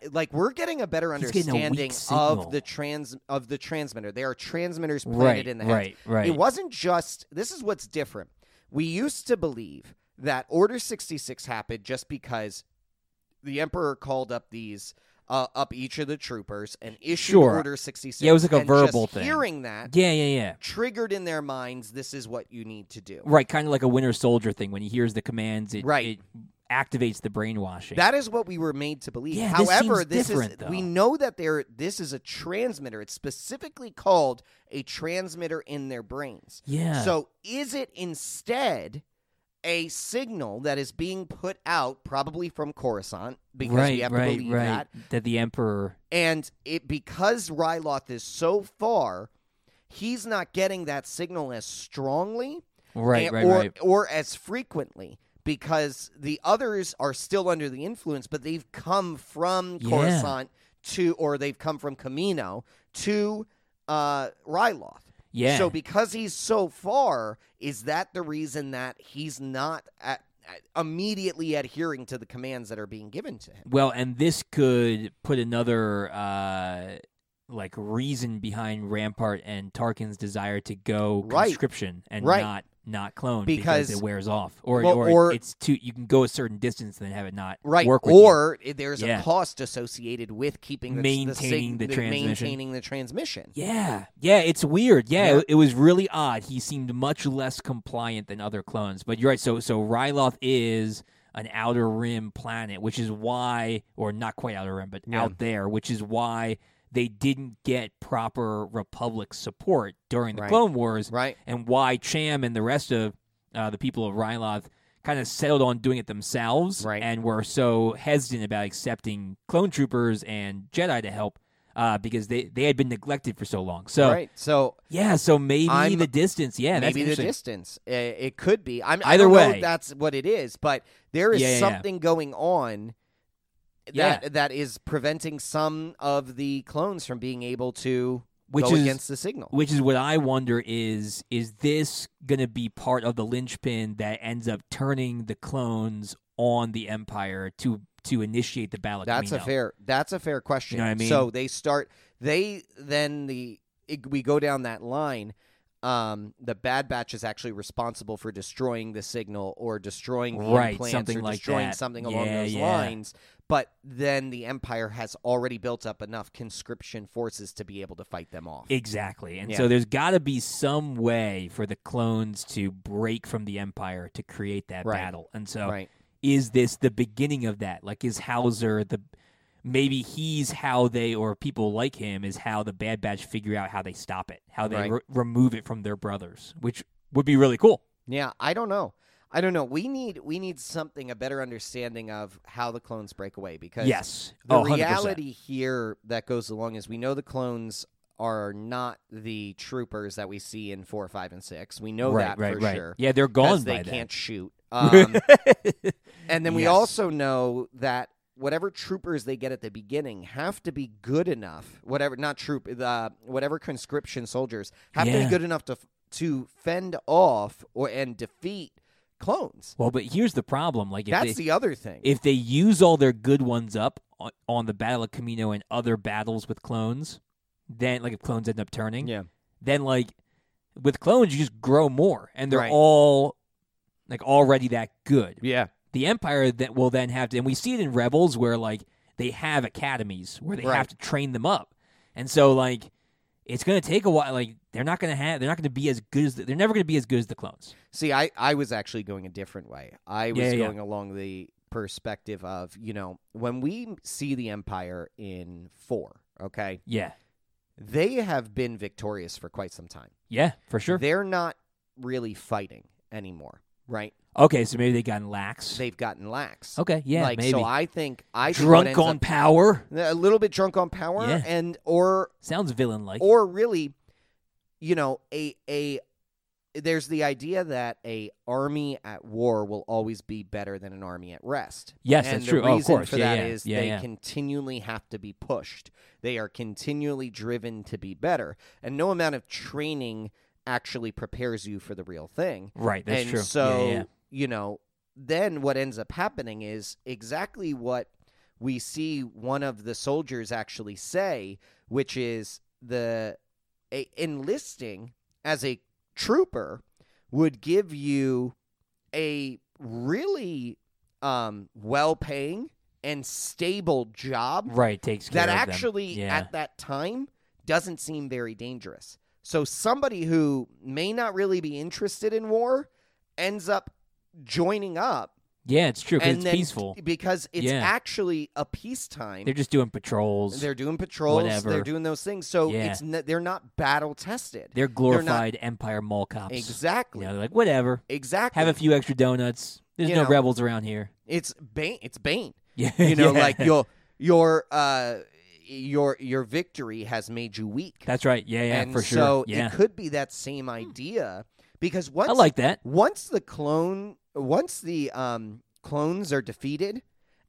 [SPEAKER 2] maybe like we're getting a better
[SPEAKER 1] He's getting a weak
[SPEAKER 2] understanding
[SPEAKER 1] signal.
[SPEAKER 2] of the trans of the transmitter. There are transmitters planted
[SPEAKER 1] right,
[SPEAKER 2] in the heads.
[SPEAKER 1] right, right.
[SPEAKER 2] It wasn't just this is what's different. We used to believe that Order 66 happened just because the emperor called up these uh, up each of the troopers and issued
[SPEAKER 1] Sure.
[SPEAKER 2] Order 66.
[SPEAKER 1] Yeah, it was like a
[SPEAKER 2] and just
[SPEAKER 1] verbal thing.
[SPEAKER 2] Hearing that
[SPEAKER 1] yeah, yeah, yeah.
[SPEAKER 2] triggered in their minds this is what you need to do.
[SPEAKER 1] Right, kind of like a Winter Soldier thing. When he hears the commands, it, it
[SPEAKER 2] Right.
[SPEAKER 1] activates the brainwashing.
[SPEAKER 2] That is what we were made to believe.
[SPEAKER 1] Yeah, this
[SPEAKER 2] However,
[SPEAKER 1] seems
[SPEAKER 2] this, is
[SPEAKER 1] different, though.
[SPEAKER 2] we know that there this is a transmitter. It's specifically called a transmitter in their brains.
[SPEAKER 1] yeah.
[SPEAKER 2] So is it instead a signal that is being put out probably from Coruscant because
[SPEAKER 1] right,
[SPEAKER 2] we have
[SPEAKER 1] right,
[SPEAKER 2] to believe
[SPEAKER 1] right.
[SPEAKER 2] that
[SPEAKER 1] the Emperor.
[SPEAKER 2] and it because Ryloth is so far he's not getting that signal as strongly
[SPEAKER 1] Right,
[SPEAKER 2] and-
[SPEAKER 1] right,
[SPEAKER 2] or
[SPEAKER 1] right.
[SPEAKER 2] or as frequently because the others are still under the influence, but they've come from
[SPEAKER 1] Yeah.
[SPEAKER 2] Coruscant to, or they've come from Camino to uh, Ryloth.
[SPEAKER 1] Yeah.
[SPEAKER 2] So because he's so far, is that the reason that he's not at, at- immediately adhering to the commands that are being given to him?
[SPEAKER 1] Well, and this could put another uh, like reason behind Rampart and Tarkin's desire to go
[SPEAKER 2] Right.
[SPEAKER 1] conscription and
[SPEAKER 2] Right.
[SPEAKER 1] not not clone because,
[SPEAKER 2] Because-
[SPEAKER 1] it wears off, or,
[SPEAKER 2] well,
[SPEAKER 1] or
[SPEAKER 2] or-
[SPEAKER 1] it's too you can go a certain distance and then have it not
[SPEAKER 2] Right,
[SPEAKER 1] work with you.
[SPEAKER 2] or i- there's
[SPEAKER 1] Yeah.
[SPEAKER 2] a cost associated with keeping the, the sig-
[SPEAKER 1] Maintaining the transmission.
[SPEAKER 2] maintaining the transmission.
[SPEAKER 1] Yeah, yeah, it's weird. Yeah,
[SPEAKER 2] Yeah.
[SPEAKER 1] It, it was really odd. He seemed much less compliant than other clones. But you're right. So so Ryloth is an outer rim planet, which is why, or not quite outer rim, but
[SPEAKER 2] Yeah.
[SPEAKER 1] out there, which is why they didn't get proper Republic support during the
[SPEAKER 2] Right.
[SPEAKER 1] Clone Wars,
[SPEAKER 2] Right,
[SPEAKER 1] and why Cham and the rest of uh, the people of Ryloth kind of settled on doing it themselves
[SPEAKER 2] Right.
[SPEAKER 1] and were so hesitant about accepting clone troopers and Jedi to help uh, because they, they had been neglected for so long. So,
[SPEAKER 2] right. So
[SPEAKER 1] yeah, so maybe
[SPEAKER 2] I'm-
[SPEAKER 1] the distance. Yeah, that's
[SPEAKER 2] maybe the
[SPEAKER 1] interesting.
[SPEAKER 2] distance. I- It could be. I'm, I
[SPEAKER 1] Either
[SPEAKER 2] don't know
[SPEAKER 1] way.
[SPEAKER 2] if that's what it is, but there is
[SPEAKER 1] Yeah, yeah, yeah.
[SPEAKER 2] something going on that that is preventing some of the clones from being able to
[SPEAKER 1] Which
[SPEAKER 2] go
[SPEAKER 1] is
[SPEAKER 2] against the signal.
[SPEAKER 1] which is what I wonder is is this going to be part of the linchpin that ends up turning the clones on the empire to to initiate the battle? at
[SPEAKER 2] That's a
[SPEAKER 1] Kamino?
[SPEAKER 2] fair. That's a fair question.
[SPEAKER 1] You know what I mean?
[SPEAKER 2] So they start. They then the it, we go down that line. Um, the Bad Batch is actually responsible for destroying the signal or destroying the
[SPEAKER 1] Right,
[SPEAKER 2] implants
[SPEAKER 1] something
[SPEAKER 2] or
[SPEAKER 1] like
[SPEAKER 2] destroying
[SPEAKER 1] that.
[SPEAKER 2] something along
[SPEAKER 1] Yeah,
[SPEAKER 2] those
[SPEAKER 1] yeah.
[SPEAKER 2] lines. But then the Empire has already built up enough conscription forces to be able to fight them off.
[SPEAKER 1] Exactly. And
[SPEAKER 2] Yeah.
[SPEAKER 1] so there's got to be some way for the clones to break from the empire to create that
[SPEAKER 2] Right.
[SPEAKER 1] battle. And so
[SPEAKER 2] Right.
[SPEAKER 1] is this the beginning of that? Like is Hauser the maybe he's how they or people like him is how the bad batch figure out how they stop it, how they
[SPEAKER 2] Right.
[SPEAKER 1] re- remove it from their brothers, which would be really cool.
[SPEAKER 2] Yeah. I don't know. I don't know. We need we need something a better understanding of how the clones break away because
[SPEAKER 1] Yes.
[SPEAKER 2] the
[SPEAKER 1] oh, 100%.
[SPEAKER 2] reality here that goes along is we know the clones are not the troopers that we see in four, five, and six. We know
[SPEAKER 1] right,
[SPEAKER 2] that
[SPEAKER 1] right,
[SPEAKER 2] for
[SPEAKER 1] right.
[SPEAKER 2] sure.
[SPEAKER 1] Yeah, they're gone
[SPEAKER 2] 'cause they
[SPEAKER 1] by then.
[SPEAKER 2] can't shoot. Um, and then we
[SPEAKER 1] Yes.
[SPEAKER 2] also know that whatever troopers they get at the beginning have to be good enough. Whatever, not troop, uh, whatever conscription soldiers have to
[SPEAKER 1] Yeah.
[SPEAKER 2] be good enough to f- to fend off or and defeat clones.
[SPEAKER 1] well, but here's the problem. Like if
[SPEAKER 2] That's
[SPEAKER 1] they,
[SPEAKER 2] the other thing.
[SPEAKER 1] if they use all their good ones up on, on the Battle of Camino and other battles with clones, then like if clones end up turning,
[SPEAKER 2] yeah.
[SPEAKER 1] then like with clones you just grow more, and they're
[SPEAKER 2] Right.
[SPEAKER 1] all like already that good.
[SPEAKER 2] Yeah.
[SPEAKER 1] The Empire that will then have to, and we see it in Rebels where like they have academies where they have
[SPEAKER 2] Right.
[SPEAKER 1] to train them up, and so like it's going to take a while. Like they're not going to have, they're not going to be as good as the, they're never going to be as good as the clones.
[SPEAKER 2] See, I, I was actually going a different way. I was
[SPEAKER 1] Yeah, yeah.
[SPEAKER 2] going along the perspective of, you know, when we see the Empire in four, okay,
[SPEAKER 1] Yeah,
[SPEAKER 2] they have been victorious for quite some time.
[SPEAKER 1] yeah, for sure.
[SPEAKER 2] They're not really fighting anymore, right?
[SPEAKER 1] okay, so maybe they got lax.
[SPEAKER 2] They've gotten lax.
[SPEAKER 1] okay, Oh, yeah,
[SPEAKER 2] like,
[SPEAKER 1] maybe.
[SPEAKER 2] So I think I think what
[SPEAKER 1] drunk
[SPEAKER 2] ends
[SPEAKER 1] on
[SPEAKER 2] up-
[SPEAKER 1] power.
[SPEAKER 2] a little bit drunk on power
[SPEAKER 1] Yeah.
[SPEAKER 2] and or
[SPEAKER 1] Sounds villain like.
[SPEAKER 2] or really you know a a there's the idea that a army at war will always be better than an army at rest
[SPEAKER 1] yes,
[SPEAKER 2] and
[SPEAKER 1] that's
[SPEAKER 2] the
[SPEAKER 1] true.
[SPEAKER 2] reason
[SPEAKER 1] oh, of course.
[SPEAKER 2] for
[SPEAKER 1] yeah,
[SPEAKER 2] that
[SPEAKER 1] yeah,
[SPEAKER 2] is
[SPEAKER 1] yeah,
[SPEAKER 2] they
[SPEAKER 1] yeah.
[SPEAKER 2] continually have to be pushed. They are continually driven to be better, and no amount of training actually prepares you for the real thing.
[SPEAKER 1] right. That's
[SPEAKER 2] and
[SPEAKER 1] true.
[SPEAKER 2] so,
[SPEAKER 1] yeah, yeah.
[SPEAKER 2] you know, then what ends up happening is exactly what we see one of the soldiers actually say, which is the a, enlisting as a trooper would give you a really um, well paying and stable job
[SPEAKER 1] right takes care
[SPEAKER 2] that
[SPEAKER 1] of them.
[SPEAKER 2] actually
[SPEAKER 1] Yeah.
[SPEAKER 2] at that time doesn't seem very dangerous. So somebody who may not really be interested in war ends up joining up
[SPEAKER 1] yeah, it's true because
[SPEAKER 2] and
[SPEAKER 1] it's
[SPEAKER 2] then
[SPEAKER 1] peaceful.
[SPEAKER 2] because it's
[SPEAKER 1] Yeah.
[SPEAKER 2] actually a peacetime.
[SPEAKER 1] They're just doing patrols.
[SPEAKER 2] They're doing patrols,
[SPEAKER 1] Whatever.
[SPEAKER 2] they're doing those things. So
[SPEAKER 1] Yeah.
[SPEAKER 2] it's n- they're not battle tested.
[SPEAKER 1] They're glorified Empire mall cops. You
[SPEAKER 2] exactly.
[SPEAKER 1] know, they're like whatever.
[SPEAKER 2] Exactly.
[SPEAKER 1] Have a few extra donuts. There's
[SPEAKER 2] You
[SPEAKER 1] no
[SPEAKER 2] know.
[SPEAKER 1] rebels around here.
[SPEAKER 2] it's Bane it's Bane.
[SPEAKER 1] Yeah,
[SPEAKER 2] You know,
[SPEAKER 1] yeah.
[SPEAKER 2] like your your uh your your victory has made you weak.
[SPEAKER 1] That's right. Yeah, yeah,
[SPEAKER 2] and
[SPEAKER 1] for sure.
[SPEAKER 2] so
[SPEAKER 1] yeah,
[SPEAKER 2] it could be that same idea because once
[SPEAKER 1] I like that.
[SPEAKER 2] once the clone once the um, clones are defeated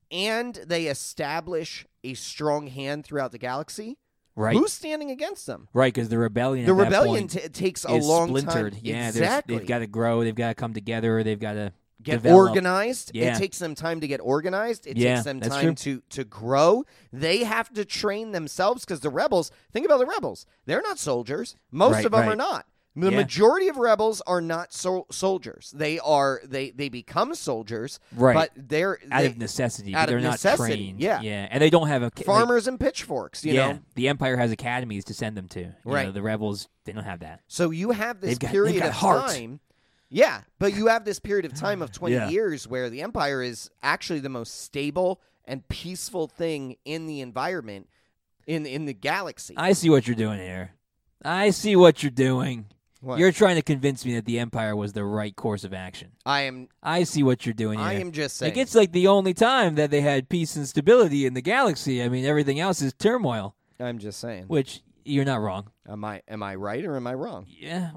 [SPEAKER 2] and they establish a strong hand throughout the galaxy,
[SPEAKER 1] Right,
[SPEAKER 2] who's standing against them?
[SPEAKER 1] right, because the rebellion.
[SPEAKER 2] the
[SPEAKER 1] at that
[SPEAKER 2] rebellion
[SPEAKER 1] point
[SPEAKER 2] t- takes a
[SPEAKER 1] is
[SPEAKER 2] long
[SPEAKER 1] splintered.
[SPEAKER 2] time.
[SPEAKER 1] Yeah, there's-
[SPEAKER 2] exactly.
[SPEAKER 1] They've got to grow. They've got to come together. They've got to
[SPEAKER 2] get
[SPEAKER 1] develop.
[SPEAKER 2] organized.
[SPEAKER 1] Yeah.
[SPEAKER 2] It takes them time to get organized. It
[SPEAKER 1] Yeah,
[SPEAKER 2] takes them
[SPEAKER 1] that's
[SPEAKER 2] time to to grow. They have to train themselves because the rebels. Think about the rebels. They're not soldiers. Most
[SPEAKER 1] Right,
[SPEAKER 2] of them
[SPEAKER 1] right.
[SPEAKER 2] are not. The
[SPEAKER 1] Yeah.
[SPEAKER 2] majority of rebels are not sol- soldiers. They are they they become soldiers,
[SPEAKER 1] right
[SPEAKER 2] but they're
[SPEAKER 1] out
[SPEAKER 2] they-
[SPEAKER 1] of necessity.
[SPEAKER 2] out
[SPEAKER 1] but
[SPEAKER 2] of
[SPEAKER 1] they're not
[SPEAKER 2] necessity,
[SPEAKER 1] trained.
[SPEAKER 2] yeah.
[SPEAKER 1] yeah, and they don't have a farmer.
[SPEAKER 2] farmers and pitchforks. You
[SPEAKER 1] yeah,
[SPEAKER 2] know.
[SPEAKER 1] the Empire has academies to send them to. You
[SPEAKER 2] Right.
[SPEAKER 1] know, the rebels they don't have that.
[SPEAKER 2] So you have this
[SPEAKER 1] They've got- they've
[SPEAKER 2] period
[SPEAKER 1] got
[SPEAKER 2] of
[SPEAKER 1] heart.
[SPEAKER 2] time. Yeah, but you have this period of time of 20
[SPEAKER 1] Yeah.
[SPEAKER 2] years where the empire is actually the most stable and peaceful thing in the environment in in the galaxy.
[SPEAKER 1] I see what you're doing here. I see what you're doing.
[SPEAKER 2] What?
[SPEAKER 1] You're trying to convince me that the Empire was the right course of action.
[SPEAKER 2] I am
[SPEAKER 1] I see what you're doing here.
[SPEAKER 2] I am just saying.
[SPEAKER 1] Like it's like the only time that they had peace and stability in the galaxy. I mean, everything else is turmoil.
[SPEAKER 2] I'm just saying.
[SPEAKER 1] Which you're not wrong.
[SPEAKER 2] Am I am I right or am I wrong?
[SPEAKER 1] Yeah,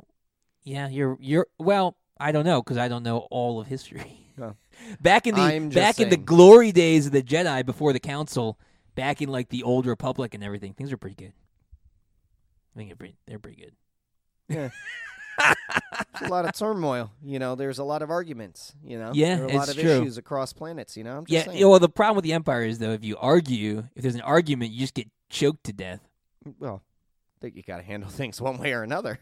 [SPEAKER 1] yeah. You're you're well. I don't know because I don't know all of history.
[SPEAKER 2] No.
[SPEAKER 1] back in the
[SPEAKER 2] I'm just
[SPEAKER 1] back in the
[SPEAKER 2] saying.
[SPEAKER 1] glory days of the Jedi before the Council, back in like the old Republic and everything, things were pretty good. I think they're pretty, they're pretty good.
[SPEAKER 2] There's a lot of turmoil, you know, there's a lot of arguments, you know.
[SPEAKER 1] Yeah,
[SPEAKER 2] there are a lot
[SPEAKER 1] it's
[SPEAKER 2] of
[SPEAKER 1] true.
[SPEAKER 2] issues across planets, you know. I'm just
[SPEAKER 1] Yeah.
[SPEAKER 2] saying.
[SPEAKER 1] yeah, Well, the problem with the Empire is though, if you argue, if there's an argument, you just get choked to death.
[SPEAKER 2] well, I think you got to handle things one way or another.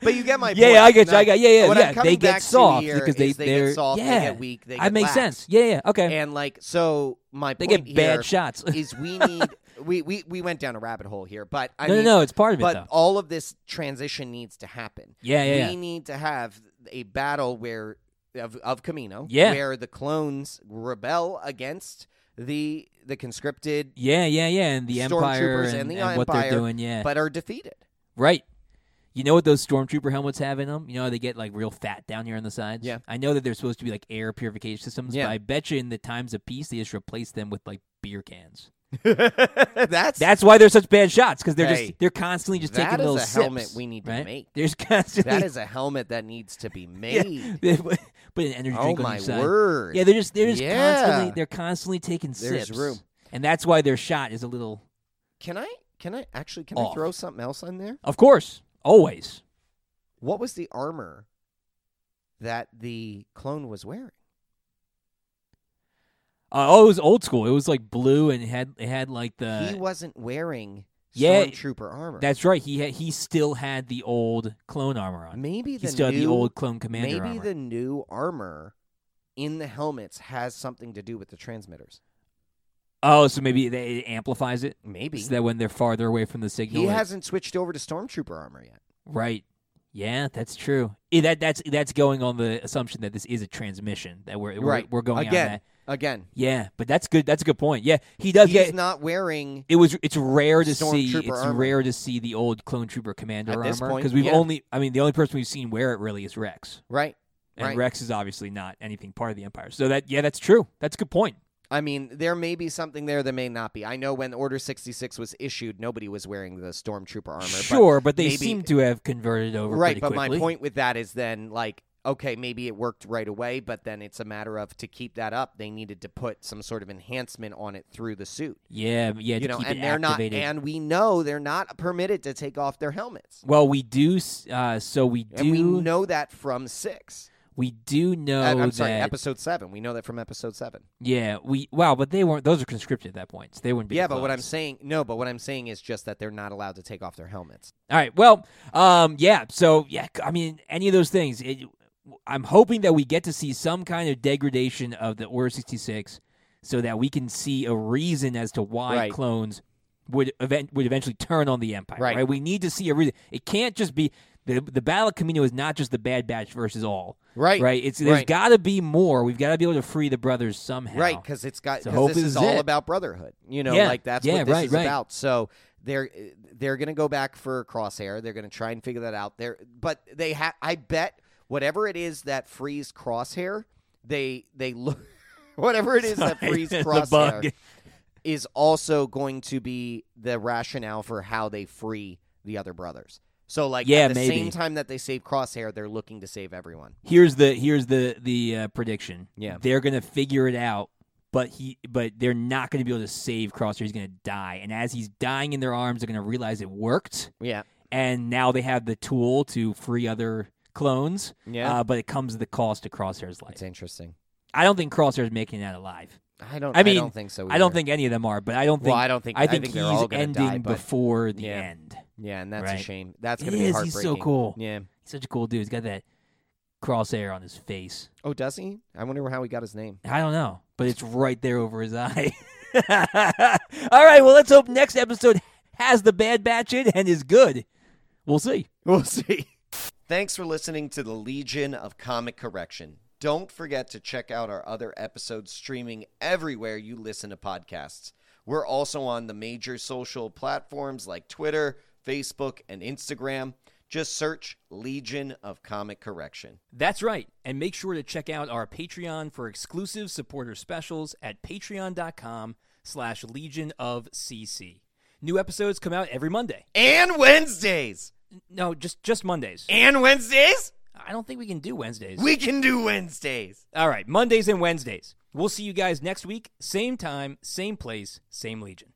[SPEAKER 2] But you get my
[SPEAKER 1] yeah,
[SPEAKER 2] point.
[SPEAKER 1] yeah, I get
[SPEAKER 2] And
[SPEAKER 1] you. I got yeah, yeah,
[SPEAKER 2] what
[SPEAKER 1] yeah.
[SPEAKER 2] I'm coming
[SPEAKER 1] they
[SPEAKER 2] back
[SPEAKER 1] get
[SPEAKER 2] to
[SPEAKER 1] soft
[SPEAKER 2] here
[SPEAKER 1] because they
[SPEAKER 2] is they
[SPEAKER 1] they're
[SPEAKER 2] get soft,
[SPEAKER 1] yeah.
[SPEAKER 2] they get weak, they
[SPEAKER 1] I
[SPEAKER 2] get
[SPEAKER 1] make
[SPEAKER 2] lax.
[SPEAKER 1] sense. Yeah, yeah. Okay.
[SPEAKER 2] And like so, my
[SPEAKER 1] they
[SPEAKER 2] point
[SPEAKER 1] get bad
[SPEAKER 2] here
[SPEAKER 1] shots.
[SPEAKER 2] is we need we, we we went down a rabbit hole here, but I
[SPEAKER 1] no,
[SPEAKER 2] mean,
[SPEAKER 1] no, no. It's part of it
[SPEAKER 2] but
[SPEAKER 1] though.
[SPEAKER 2] all of this transition needs to happen.
[SPEAKER 1] Yeah, yeah,
[SPEAKER 2] We
[SPEAKER 1] yeah.
[SPEAKER 2] need to have a battle where of of Camino,
[SPEAKER 1] Yeah.
[SPEAKER 2] where the clones rebel against the the conscripted,
[SPEAKER 1] yeah, yeah, yeah. And the empire
[SPEAKER 2] Stormtroopers
[SPEAKER 1] and,
[SPEAKER 2] and the
[SPEAKER 1] and what they're
[SPEAKER 2] Empire,
[SPEAKER 1] doing. Yeah,
[SPEAKER 2] but are defeated.
[SPEAKER 1] right. You know what those stormtrooper helmets have in them? You know how they get like real fat down here on the sides.
[SPEAKER 2] Yeah.
[SPEAKER 1] I know that they're supposed to be like air purification systems,
[SPEAKER 2] Yeah.
[SPEAKER 1] but I bet you in the times of peace they just replace them with like beer cans.
[SPEAKER 2] That's
[SPEAKER 1] That's why they're such bad shots because they're
[SPEAKER 2] Hey,
[SPEAKER 1] just they're constantly just
[SPEAKER 2] that
[SPEAKER 1] taking
[SPEAKER 2] is
[SPEAKER 1] little
[SPEAKER 2] a
[SPEAKER 1] sips.
[SPEAKER 2] helmet we need to
[SPEAKER 1] right?
[SPEAKER 2] make.
[SPEAKER 1] There's constantly
[SPEAKER 2] that is a helmet that needs to be made.
[SPEAKER 1] put an energy
[SPEAKER 2] Oh
[SPEAKER 1] drink on
[SPEAKER 2] my
[SPEAKER 1] each side.
[SPEAKER 2] word!
[SPEAKER 1] Yeah, they're just they're just
[SPEAKER 2] Yeah.
[SPEAKER 1] constantly they're constantly taking
[SPEAKER 2] There's
[SPEAKER 1] sips.
[SPEAKER 2] room.
[SPEAKER 1] And that's why their shot is a little
[SPEAKER 2] Can I? Can I actually? Can I
[SPEAKER 1] Off.
[SPEAKER 2] throw something else in there?
[SPEAKER 1] Of course. Always.
[SPEAKER 2] What was the armor that the clone was wearing?
[SPEAKER 1] Uh, oh, it was old school. It was like blue and it had it had like the
[SPEAKER 2] he wasn't wearing
[SPEAKER 1] yeah,
[SPEAKER 2] stormtrooper armor.
[SPEAKER 1] That's right. He had, he still had the old clone armor on.
[SPEAKER 2] maybe
[SPEAKER 1] He
[SPEAKER 2] the
[SPEAKER 1] still
[SPEAKER 2] new
[SPEAKER 1] had the old clone
[SPEAKER 2] maybe
[SPEAKER 1] commander armor.
[SPEAKER 2] the new armor in the helmets has something to do with the transmitters.
[SPEAKER 1] Oh, so maybe they, it amplifies it
[SPEAKER 2] Maybe
[SPEAKER 1] so that when they're farther away from the signal.
[SPEAKER 2] he
[SPEAKER 1] it-
[SPEAKER 2] hasn't switched over to stormtrooper armor yet.
[SPEAKER 1] Right. Yeah, that's true. Eh, That that's that's going on the assumption that this is a transmission that we're we're,
[SPEAKER 2] Right.
[SPEAKER 1] we're going
[SPEAKER 2] Again.
[SPEAKER 1] on that.
[SPEAKER 2] Again,
[SPEAKER 1] Yeah, but that's good. That's a good point. Yeah, he does
[SPEAKER 2] he's
[SPEAKER 1] get.
[SPEAKER 2] not wearing.
[SPEAKER 1] it was. It's rare to see.
[SPEAKER 2] Stormtrooper
[SPEAKER 1] It's
[SPEAKER 2] armor.
[SPEAKER 1] rare to see the old clone trooper commander
[SPEAKER 2] At this
[SPEAKER 1] armor
[SPEAKER 2] point,
[SPEAKER 1] because we've
[SPEAKER 2] yeah.
[SPEAKER 1] only. I mean, the only person we've seen wear it really is Rex,
[SPEAKER 2] Right.
[SPEAKER 1] and
[SPEAKER 2] Right.
[SPEAKER 1] Rex is obviously not anything part of the Empire. So that yeah, that's true. That's a good point.
[SPEAKER 2] I mean, there may be something there that may not be. I know when Order 66 was issued, nobody was wearing the stormtrooper armor. But
[SPEAKER 1] sure, but they
[SPEAKER 2] maybe-
[SPEAKER 1] seem to have converted over
[SPEAKER 2] right
[SPEAKER 1] pretty
[SPEAKER 2] but my
[SPEAKER 1] quickly.
[SPEAKER 2] point with that is then like okay maybe it worked right away but then it's a matter of to keep that up they needed to put some sort of enhancement on it through the suit
[SPEAKER 1] Yeah, yeah, to
[SPEAKER 2] you know
[SPEAKER 1] keep
[SPEAKER 2] and
[SPEAKER 1] it
[SPEAKER 2] they're
[SPEAKER 1] activated.
[SPEAKER 2] not and we know they're not permitted to take off their helmets
[SPEAKER 1] well, we do. s- Uh, so we do.
[SPEAKER 2] and we know that from six
[SPEAKER 1] we do know
[SPEAKER 2] Uh, i'm sorry
[SPEAKER 1] that
[SPEAKER 2] episode seven we know that from episode seven
[SPEAKER 1] yeah we wow but they weren't those are conscripted at that point so they wouldn't be
[SPEAKER 2] yeah
[SPEAKER 1] the
[SPEAKER 2] but what i'm
[SPEAKER 1] clones.
[SPEAKER 2] saying no but what i'm saying is just that they're not allowed to take off their helmets
[SPEAKER 1] all right well um yeah so yeah c- i mean any of those things it, i'm hoping that we get to see some kind of degradation of the order 66 so that we can see a reason as to why
[SPEAKER 2] Right.
[SPEAKER 1] clones would event would eventually turn on the empire
[SPEAKER 2] Right.
[SPEAKER 1] we need to see a reason it can't just be the, the battle of camino is not just the bad batch versus all
[SPEAKER 2] right
[SPEAKER 1] right it's there's
[SPEAKER 2] Right.
[SPEAKER 1] got to be more we've got to be able to free the brothers somehow
[SPEAKER 2] Right, because it's got
[SPEAKER 1] So
[SPEAKER 2] 'cause
[SPEAKER 1] hopefully
[SPEAKER 2] this
[SPEAKER 1] this
[SPEAKER 2] is
[SPEAKER 1] is
[SPEAKER 2] all
[SPEAKER 1] it.
[SPEAKER 2] about brotherhood. You know,
[SPEAKER 1] Yeah,
[SPEAKER 2] like that's
[SPEAKER 1] yeah,
[SPEAKER 2] what this
[SPEAKER 1] right,
[SPEAKER 2] is
[SPEAKER 1] right.
[SPEAKER 2] about. So they're they're gonna go back for Crosshair. They're gonna try and figure that out. There, but they have. I bet whatever it is that frees Crosshair, they they look whatever it is that frees
[SPEAKER 1] the bug.
[SPEAKER 2] Crosshair is also going to be the rationale for how they free the other brothers. So like
[SPEAKER 1] Yeah,
[SPEAKER 2] at the
[SPEAKER 1] maybe.
[SPEAKER 2] same time that they save Crosshair, they're looking to save everyone.
[SPEAKER 1] Here's the here's the the uh, prediction.
[SPEAKER 2] Yeah.
[SPEAKER 1] they're gonna figure it out, but he but they're not gonna be able to save Crosshair. He's gonna die, and as he's dying in their arms, they're gonna realize it worked,
[SPEAKER 2] Yeah.
[SPEAKER 1] and now they have the tool to free other clones.
[SPEAKER 2] Yeah.
[SPEAKER 1] uh, but it comes at the cost of Crosshair's life.
[SPEAKER 2] It's interesting.
[SPEAKER 1] I don't think Crosshair's making that alive.
[SPEAKER 2] I don't
[SPEAKER 1] I
[SPEAKER 2] I,
[SPEAKER 1] mean,
[SPEAKER 2] don't think so.
[SPEAKER 1] I don't
[SPEAKER 2] either.
[SPEAKER 1] think any of them are, but I don't
[SPEAKER 2] well,
[SPEAKER 1] think
[SPEAKER 2] I don't think
[SPEAKER 1] I think,
[SPEAKER 2] they're
[SPEAKER 1] he's
[SPEAKER 2] all gonna
[SPEAKER 1] ending
[SPEAKER 2] die, but
[SPEAKER 1] before the
[SPEAKER 2] Yeah.
[SPEAKER 1] end.
[SPEAKER 2] yeah, and that's
[SPEAKER 1] Right.
[SPEAKER 2] a shame. That's
[SPEAKER 1] He
[SPEAKER 2] gonna be
[SPEAKER 1] is, he's
[SPEAKER 2] heartbreaking.
[SPEAKER 1] so cool.
[SPEAKER 2] Yeah.
[SPEAKER 1] He's such a cool dude. He's got that crosshair on his face.
[SPEAKER 2] Oh, does he? I wonder how he got his name.
[SPEAKER 1] I don't know, but it's right there over his eye. All right, well, let's hope next episode has the Bad Batch in and is good. We'll see.
[SPEAKER 2] We'll see. Thanks for listening to the Legion of Comic Correction. Don't forget to check out our other episodes streaming everywhere you listen to podcasts. We're also on the major social platforms like Twitter, Facebook, and Instagram. Just search Legion of Comic Correction.
[SPEAKER 1] That's right. And make sure to check out our Patreon for exclusive supporter specials at patreon.com slash legion of CC. New episodes come out every Monday.
[SPEAKER 2] And Wednesdays!
[SPEAKER 1] No, just just Mondays.
[SPEAKER 2] And Wednesdays?
[SPEAKER 1] I don't think we can do Wednesdays.
[SPEAKER 2] We can do Wednesdays!
[SPEAKER 1] All right, Mondays and Wednesdays. We'll see you guys next week, same time, same place, same legion.